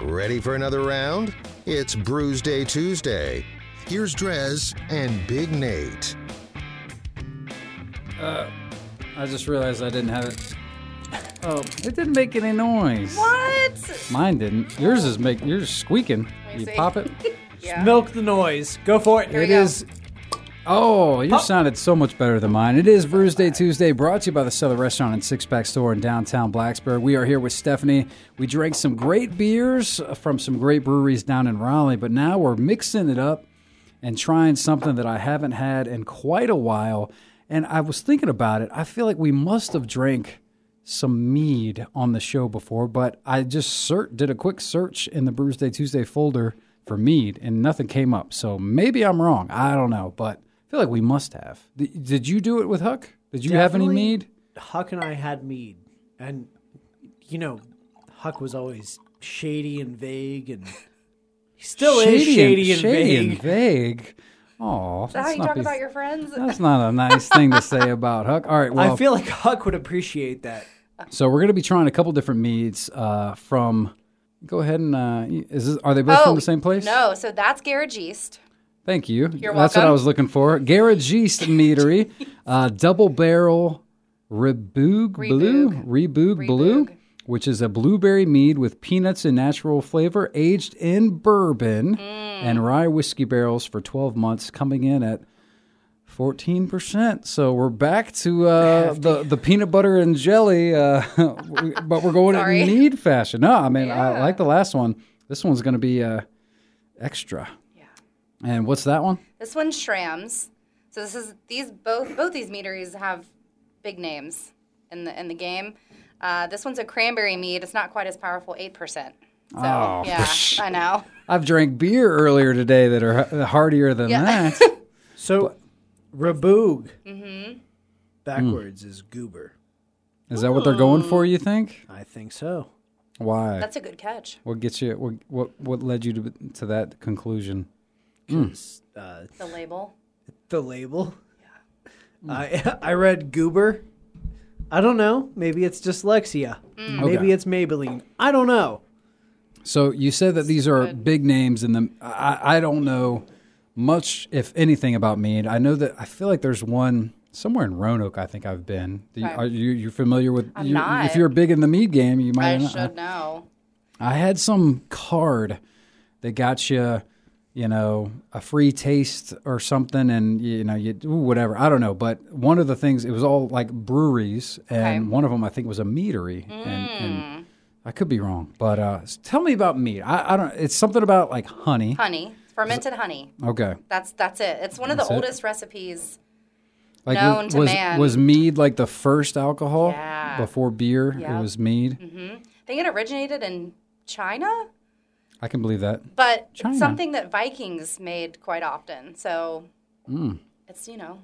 Ready for another round? It's Brews Day Tuesday. Here's Drez and Big Nate. I just realized I didn't have it. Oh, it didn't make any noise. What? Mine didn't. Yours is make. Yours squeaking. me You see. pop it. Yeah. Milk the noise. Go for it. Here It we go. is. Oh, you sounded so much better than mine. It is Brews Day Tuesday, brought to you by the Cellar Restaurant and Six Pack Store in downtown Blacksburg. We are here with Stephanie. We drank some great beers from some great breweries down in Raleigh, but now we're mixing it up and trying something that I haven't had in quite a while. And I was thinking about it. I feel like we must have drank some mead on the show before, but I just ser- did a quick search in the Brews Day Tuesday folder for mead and nothing came up. So maybe I'm wrong. I don't know, but I feel like we must have. Th- did you do it with Huck? Did you have any Definitely. mead? Huck and I had mead, and you know, Huck was always shady and vague, and he still is shady and, vague. vague. Oh, Is that how you talk about your friends? That's not a nice thing to say about Huck. All right, well, I feel like Huck would appreciate that. So we're going to be trying a couple different meads uh, from. Go ahead and uh, is this, are they both Oh, from the same place? No, so that's Garage East. Thank you. You're That's what I welcome. was looking for. Garage East Meadery, uh, double barrel Reboog Blue, Reboog Blue, Reboog. which is a blueberry mead with peanuts and natural flavor, aged in bourbon Mm. and rye whiskey barrels for 12 months, coming in at 14%. So we're back to uh, the, the peanut butter and jelly, uh, we- but we're going Sorry. in mead fashion. No, I mean, I like the last one. This one's going to be uh, extra. Yeah. And what's that one? This one's Shrams. So this is these both both these meaderies have big names in the in the game. Uh, this one's a cranberry mead. It's not quite as powerful, eight percent. So Oh, yeah, I know. I've drank beer earlier today that are h- heartier than Yeah. that. So, Raboog Mm-hmm. backwards is goober. Is that what they're going for? You think? I think so. Why? That's a good catch. what gets you? What, what what led you to to that conclusion? 'Cause, Uh, The label. the label. I I read goober. I don't know. Maybe it's dyslexia. Maybe Okay. it's Maybelline. I don't know. So you said that these are big names in the. I, I don't know much, if anything, about mead. I know that I feel like there's one somewhere in Roanoke. I think I've been. Do you, Okay. Are you you familiar with? I'm you- not. If you're big in the mead game, you might. I not- should know. I had some card that got you, you know, a free taste or something, and you know, you ooh, whatever. I don't know, but one of the things it was all like breweries, and Okay. Mm. one of them I think was a meadery, and, and I could be wrong, but uh, s- tell me about meat. I, I don't. It's something about like honey. Honey, fermented honey. Okay, That's that's it. It's one of That's the it? oldest recipes. like Known was to was, man. was mead like the first alcohol Yeah. Mm-hmm. before beer? Yeah. It was mead. I think it originated in China. I can believe that. but China. it's something that Vikings made quite often. So Mm. it's you know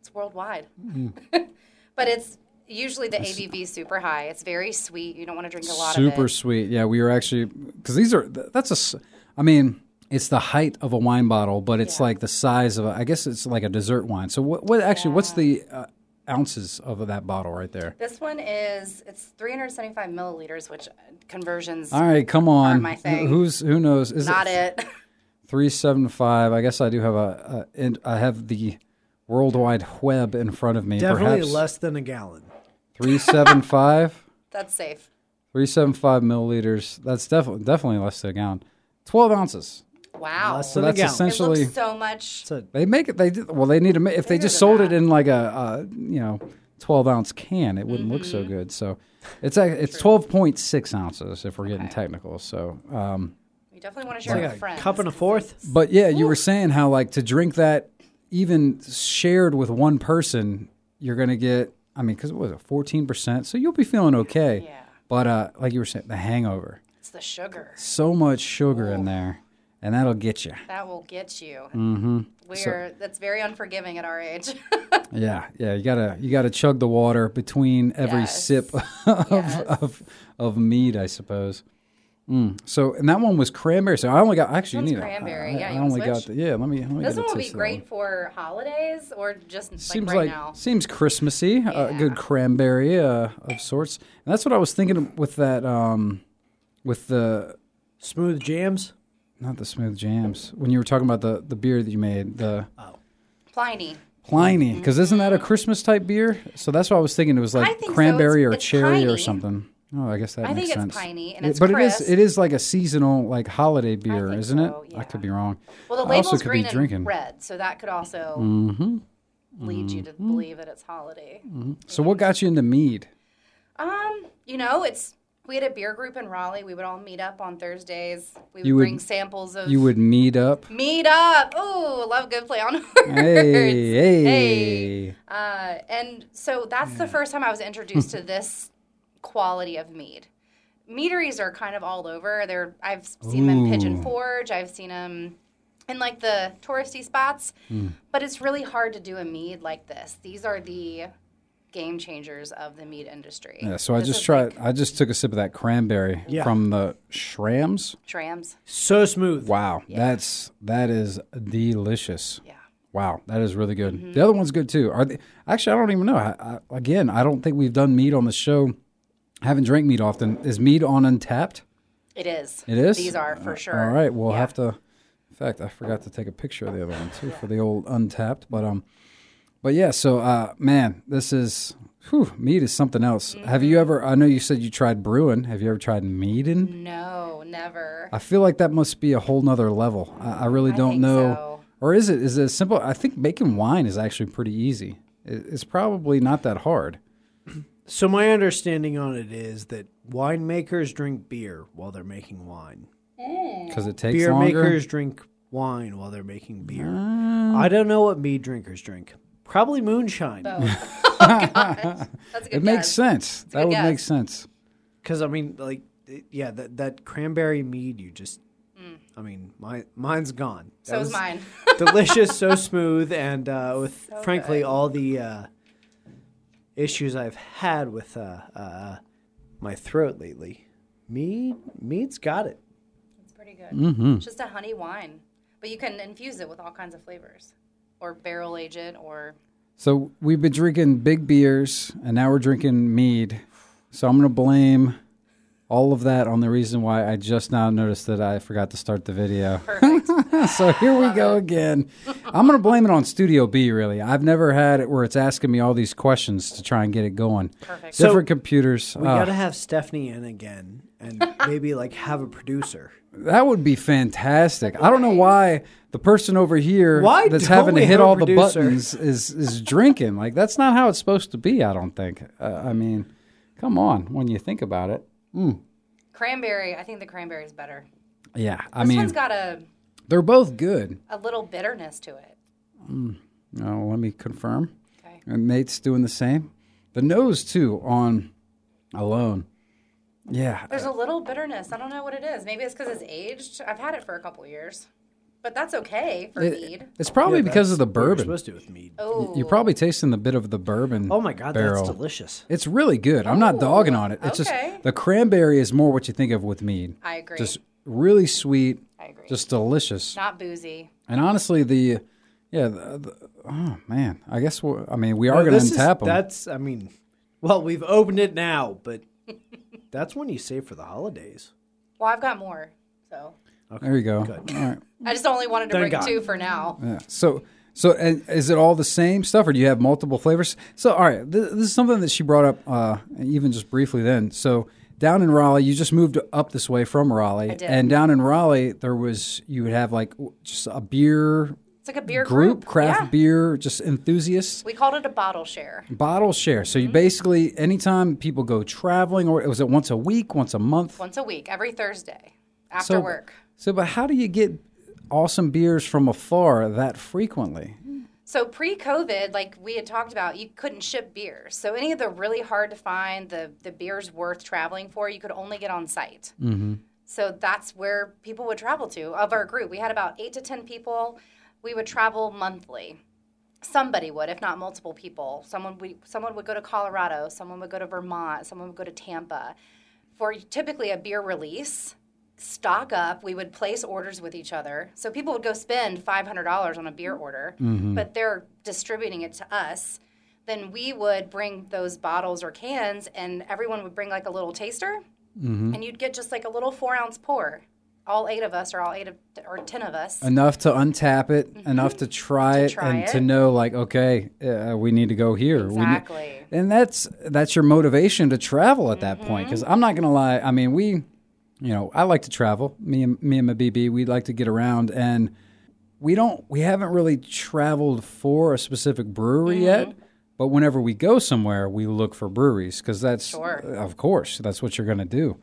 it's worldwide, Mm. but it's usually the ABV super high. It's very sweet. You don't want to drink a lot super of it. sweet yeah we were actually because these are th- that's a s- i mean it's the height of a wine bottle but it's like the size of a, i guess it's like a dessert wine so what, what actually what's the uh, ounces of that bottle right there This one is it's 375 milliliters, which uh, conversions all right come on my thing. who's who knows is not it. 375 i guess i do have a, a and i have the world wide web in front of me Definitely perhaps less than a gallon. 375 That's safe. 375 milliliters that's definitely definitely less than a gallon 12 ounces Wow, Less so than a that's gallon. it essentially looks so much. It's a They make it. They do, well, they need to. Make, if they just sold it in like a, uh you know twelve ounce can, it wouldn't look so good. So it's ac- it's twelve point six ounces if we're getting technical. So, um, You definitely want to share like with a friends. cup and a fourth. but yeah, you were saying how like to drink that even shared with one person, you're gonna get. I mean, because it was a fourteen percent, so you'll be feeling okay. Yeah. But uh, like you were saying, the hangover, it's the sugar so much sugar in there, and that'll get you. that will get you. Mm-hmm. We're that's very unforgiving at our age. Yeah, yeah, you gotta you gotta chug the water between every Yes. sip of, Yes. of of mead, I suppose. Mm. So, and that one was cranberry. So I only got actually one's you need a- cranberry. I, Yeah, I you wanna only got switch? the, yeah. Let me. Let me this get one a will be taste of that one. great for holidays or just Seems like right now. seems Christmassy. A good cranberry uh, of sorts. And that's what I was thinking of with that um, with the Smooth jams. Not the smooth jams. When you were talking about the, the beer that you made, the Pliny. Pliny, because isn't that a Christmas type beer? So that's what I was thinking. It was Mm-hmm. I like think so. cranberry It's- or it's cherry or piney. something. Oh, I guess that I makes think sense. it's piney and Yeah, it's but it is crisp. it is like a seasonal like holiday beer, think isn't so, it? yeah. I could be wrong. Well, the I also label's could green be and drinking. Mm-hmm. red, so that could also lead you to believe that it's holiday. So what got you into mead? Um, you know, it's we had a beer group in Raleigh. We would all meet up on Thursdays. We would, You would- bring samples of You would mead up. meet up. Ooh, love good play on words. Hey, Hey. hey. Uh, and so that's the first time I was introduced to this quality of mead. Meaderies are kind of all over. They're I've seen them in Pigeon Ooh. Forge. I've seen them in like the touristy spots, Hmm. but it's really hard to do a mead like this. These are the game changers of the mead industry. Yeah, so I This just is tried. like I just took a sip of that cranberry Yeah. from the Shrams. Trams. So smooth. Wow, that's that is delicious. Yeah. Wow, that is really good. The other one's good too. Are they, actually I don't even know. I, I, again, I don't think we've done meat on the show. I haven't drank meat often. Is meat on Untapped? It is. It is. Uh, These are for sure. All right, we'll have to. In fact, I forgot to take a picture of the other one too for the old Untapped. But um, but yeah. So uh, man, this is. Whew, mead is something else. Have you ever? I know you said you tried brewing. Have you ever tried meading? No, never. I feel like that must be a whole nother level. I, I really don't think know. so. Or is it? Is it simple? I think making wine is actually pretty easy. It, it's probably not that hard. So my understanding on it is that winemakers drink beer while they're making wine. Because it takes Beer longer. Ah. makers drink wine while they're making beer. I don't know what mead drinkers drink. Probably moonshine. That's a good it makes guess. sense. That good would guess. make sense. Because I mean, like, it- yeah, that that cranberry mead you just. I mean, my mine's gone. That Mm. So is was mine. delicious, so smooth, and uh, with frankly all the uh, issues I've had with uh, uh, my throat lately, mead mead's got it. It's pretty good. Mm-hmm. It's just a honey wine, but you can infuse it with all kinds of flavors, or barrel age it, or So we've been drinking big beers, and now we're drinking mead. So I'm gonna blame all of that on the reason why I just now noticed that I forgot to start the video. perfect. So here we go again. I'm going to blame it on Studio B, really. I've never had it where it's asking me all these questions to try and get it going. Perfect. So- Different computers. We Ah, gotta have Stephanie in again, and maybe like have a producer. that would be fantastic. I don't know why the person over here Why that's don't having to we hit have a all the producer? buttons is, is drinking. Like, that's not how it's supposed to be, I don't think. Uh, I mean, come on, when you think about it. cranberry. I think the cranberry is better. Yeah, I This mean, one's got a they're both good. a little bitterness to it. No, let me confirm. Okay. And Nate's doing the same. The nose too on alone. Yeah. There's a little bitterness. I don't know what it is. Maybe it's because it's aged. I've had it for a couple years, but that's okay for It- mead. it's probably because of the What you're bourbon. supposed to with mead. Oh, You're probably tasting the bit of the bourbon. Oh my god, barrel. that's delicious. It's really good. I'm not dogging on it. It's Oh, okay. just the cranberry is more what you think of with mead. I agree. Just really sweet. I agree. Just delicious. Not boozy. And honestly, the yeah, the, the, oh man, I guess we're, I mean we are going This to is- untap them. That's I mean, well, we've opened it now, but that's when you save for the holidays. Well, I've got more, so there you go. All right. I just only wanted to Thank bring God. two for now. Yeah. So, so and is it all the same stuff, or do you have multiple flavors? So, all right, this, this is something that she brought up, uh, even just briefly. Then, so down in Raleigh, you just moved up this way from Raleigh, did. and down in Raleigh, there was you would have like w- just a beer It's like a beer group, group, craft Yeah. beer, just enthusiasts. We called it a bottle share. Bottle share. So you Mm-hmm. basically, anytime people go traveling, or was it once a week, once a month? once a week, every Thursday after so, work. So, but how do you get awesome beers from afar that frequently? So pre-COVID, like we had talked about, you couldn't ship beers. So any of the really hard to find, the the beers worth traveling for, you could only get on site. So that's where people would travel to of our group. We had about eight to ten people. We would travel monthly. Somebody would, if not multiple people. Someone we someone would go to Colorado. Someone would go to Vermont. Someone would go to Tampa for typically a beer release. Stock up. We would place orders with each other. So people would go spend five hundred dollars on a beer order, but they're distributing it to us. Then we would bring those bottles or cans, and everyone would bring like a little taster and you'd get just like a little four ounce pour all eight of us, or all eight of, or ten of us. enough to untap it, enough to try it, Mm-hmm. try and to it. know like, okay, uh, we need to go here. We need- Exactly. and that's that's your motivation to travel at that point. Because Mm-hmm. I'm not gonna lie, I mean, we, you know, I like to travel. Me and me and my BB, we like to get around, and we don't, we haven't really traveled for a specific brewery Mm-hmm. yet. But whenever we go somewhere, we look for breweries because that's, Sure. of course, that's what you're gonna do.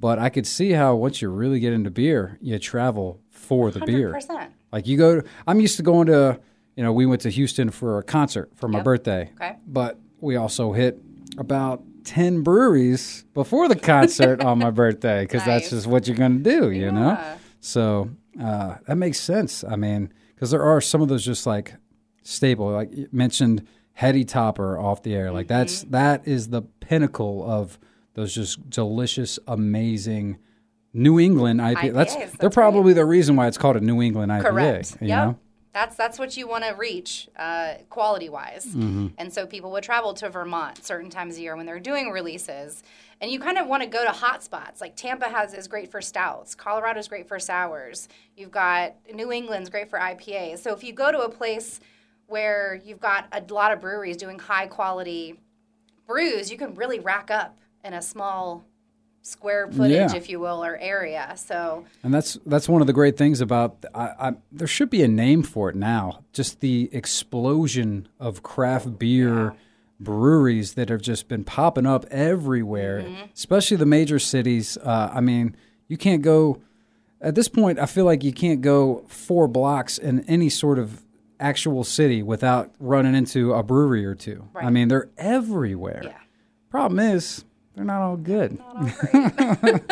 But I could see how once you really get into beer, you travel for the beer. 100%. Like you go, I'm used to going to, you know, we went to Houston for a concert for my birthday. Okay. But we also hit about 10 breweries before the concert on my birthday because that's Nice. just what you're going to do, you know? So uh, that makes sense. I mean, because there are some of those just like staple, like you mentioned Hetty Topper off the air. Like that's, Mm-hmm. that is the pinnacle of those just delicious, amazing. New England IPA. That's, IPAs, they're that's right. probably the reason why it's called a New England IPA. Correct. You yep. know? That's that's what you want to reach, uh, quality wise. Mm-hmm. And so people would travel to Vermont certain times a year when they're doing releases, and you kind of want to go to hot spots. Like Tampa has is great for stouts, Colorado's great for sours. You've got New England's great for IPAs. So if you go to a place where you've got a lot of breweries doing high quality brews, you can really rack up in a small square footage, Yeah. if you will, or area. So And that's that's one of the great things about I, I, there should be a name for it now. Just the explosion of craft beer breweries that have just been popping up everywhere, especially the major cities. Uh, I mean, you can't go at this point. I feel like you can't go four blocks in any sort of actual city without running into a brewery or two. I mean, they're everywhere. Yeah. Problem is, they're not all good.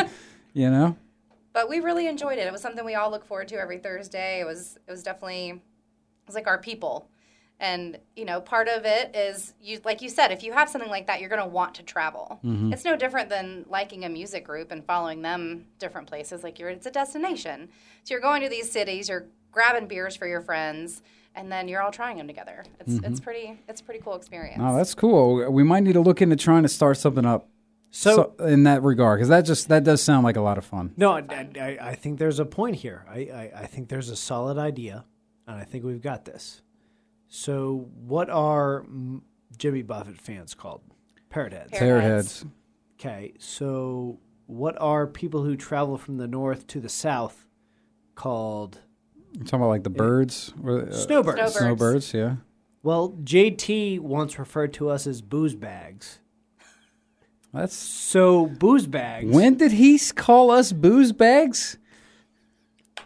you know. but we really enjoyed it. It was something we all look forward to every Thursday. It was it was definitely it was like our people. And you know, part of it is you like you said, if you have something like that, you're going to want to travel. It's no different than liking a music group and following them different places like you're it's a destination. So you're going to these cities, you're grabbing beers for your friends, and then you're all trying them together. It's it's pretty it's a pretty cool experience. Oh, that's cool. We might need to look into trying to start something up. So- So- in that regard, because that just that does sound like a lot of fun. No, I, I, I think there's a point here. I, I, I think there's a solid idea, and I think we've got this. So, what are mm, Jimmy Buffett fans called? Parrot heads. Parrot Parrot- heads. heads. Okay, so what are people who travel from the north to the south called? You're talking about like the birds, or, uh, Snowbirds. Snowbirds. snowbirds. Yeah. Well, JT once referred to us as booze bags. That's So, booze bags when did he s- call us booze bags?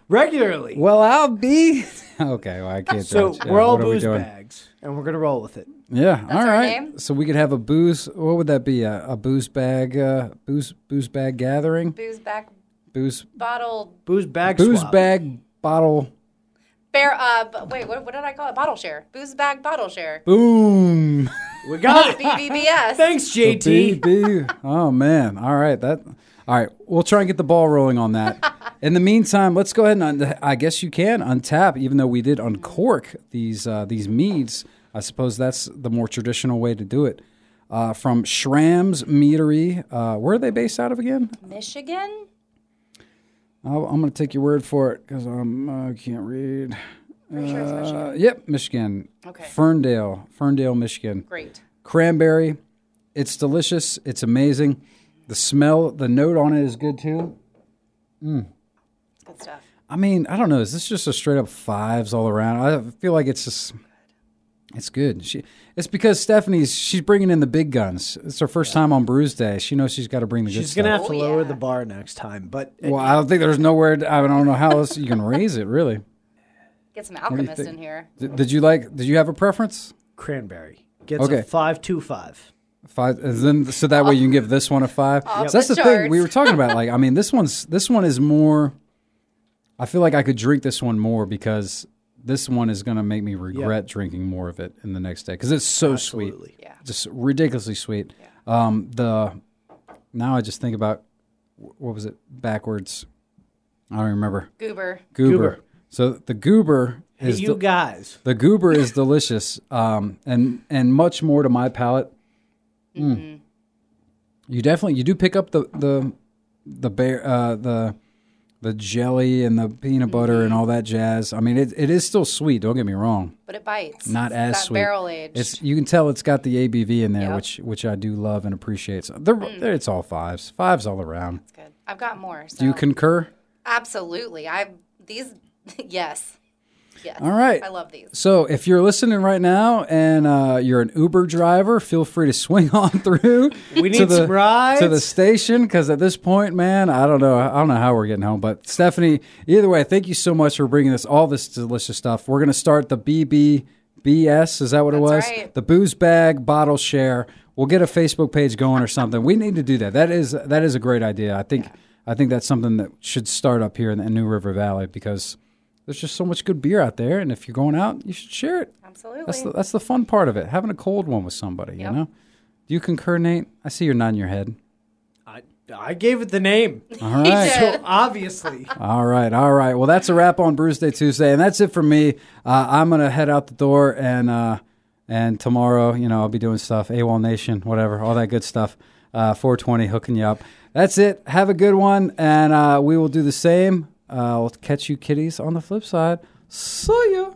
regularly. Well, I'll be okay. Well, I can't. So, judge. Yeah, we're all uh, what are we booze doing? bags, and we're going to roll with it. Yeah. all our right. name? So we could have a booze. What would that be? A, a booze bag. Uh, booze booze bag gathering. Booze back Booze bottle Booze bag booze swap. bag bottle. bear uh b- wait, what, what did I call it? Bottle share. Booze bag bottle share. Boom. We got it. BBBS. Thanks, JT. BB. Oh man. All right. That. All right. We'll try and get the ball rolling on that. In the meantime, let's go ahead and un- I guess you can untap, even though we did uncork these uh, these meads. I suppose that's the more traditional way to do it. Uh, from Shram's Meadery. Uh, where are they based out of again? Michigan? I'll, I'm going to take your word for it because I can't read. Pretty sure it's Michigan. Uh, yep, Michigan. Okay. Ferndale, Ferndale, Michigan. Great. cranberry. It's delicious. It's amazing. The smell, the note on it is good too. It's good stuff. I mean, I don't know. Is this just a straight up fives all around? I feel like it's just, it's good. She, it's because Stephanie's she's bringing in the big guns. It's her first time on Brews Day. She knows she's got to bring the good She's stuff. gonna have to Oh, lower yeah. the bar next time, but uh, well, I don't think there's nowhere. To, I don't know how else you can raise it. Really. Get some do you alchemist think? in here. Did, did you like? Did you have a preference? cranberry gets Okay. a five two five. Five, and then so that way you can give this one a five. So that's the the thing charts. we were talking about. Like, I mean, this one's this one is more. I feel like I could drink this one more because this one is going to make me regret drinking more of it in the next day because it's so sweet, Absolutely. Yeah. just ridiculously sweet. Um, the now I just think about wh- what was it backwards? I don't remember. Goober. Goober. Goober. So the goober Hey, is you the- guys, the goober is delicious, um, and and much more to my palate. Mm. You definitely you do pick up the the the bear uh, the the jelly and the peanut butter and all that jazz. I mean, it, it is still sweet. Don't get me wrong. but it bites. Not It's as not sweet. Barrel aged. It's you can tell it's got the ABV in there, Yeah. which which I do love and appreciate. So they're, they're- it's all fives, fives all around. good. I've got more. So. Do you concur? Absolutely. I these. yes. Yes. All right. I love these. So, if you're listening right now and uh, you're an Uber driver, feel free to swing on through. We need some rides. to the station because at this point, man, I don't know. I don't know how we're getting home. But Stephanie, either way, thank you so much for bringing this all this delicious stuff. We're gonna start the BBBS. Is that what it was? That's right. The booze bag bottle share. We'll get a Facebook page going or something. We need to do that. That is that is a great idea. I think I think that's something that should start up here in the New River Valley because there's just so much good beer out there, and if you're going out, you should share it. Absolutely. That's the, that's the fun part of it. Having a cold one with somebody, Yep. you know. Do you concur, Nate? I see you're nodding your head. I, I gave it the name. All right. So obviously. All right, all right. Well, that's a wrap on Bruce Day Tuesday, and that's it for me. Uh, I'm gonna head out the door, and uh, and tomorrow, you know, I'll be doing stuff, AWOL Nation, whatever, all that good stuff. Uh, 420 hooking you up. That's it. Have a good one, and uh, we will do the same. Uh, we'll catch you kitties on the flip side. See ya.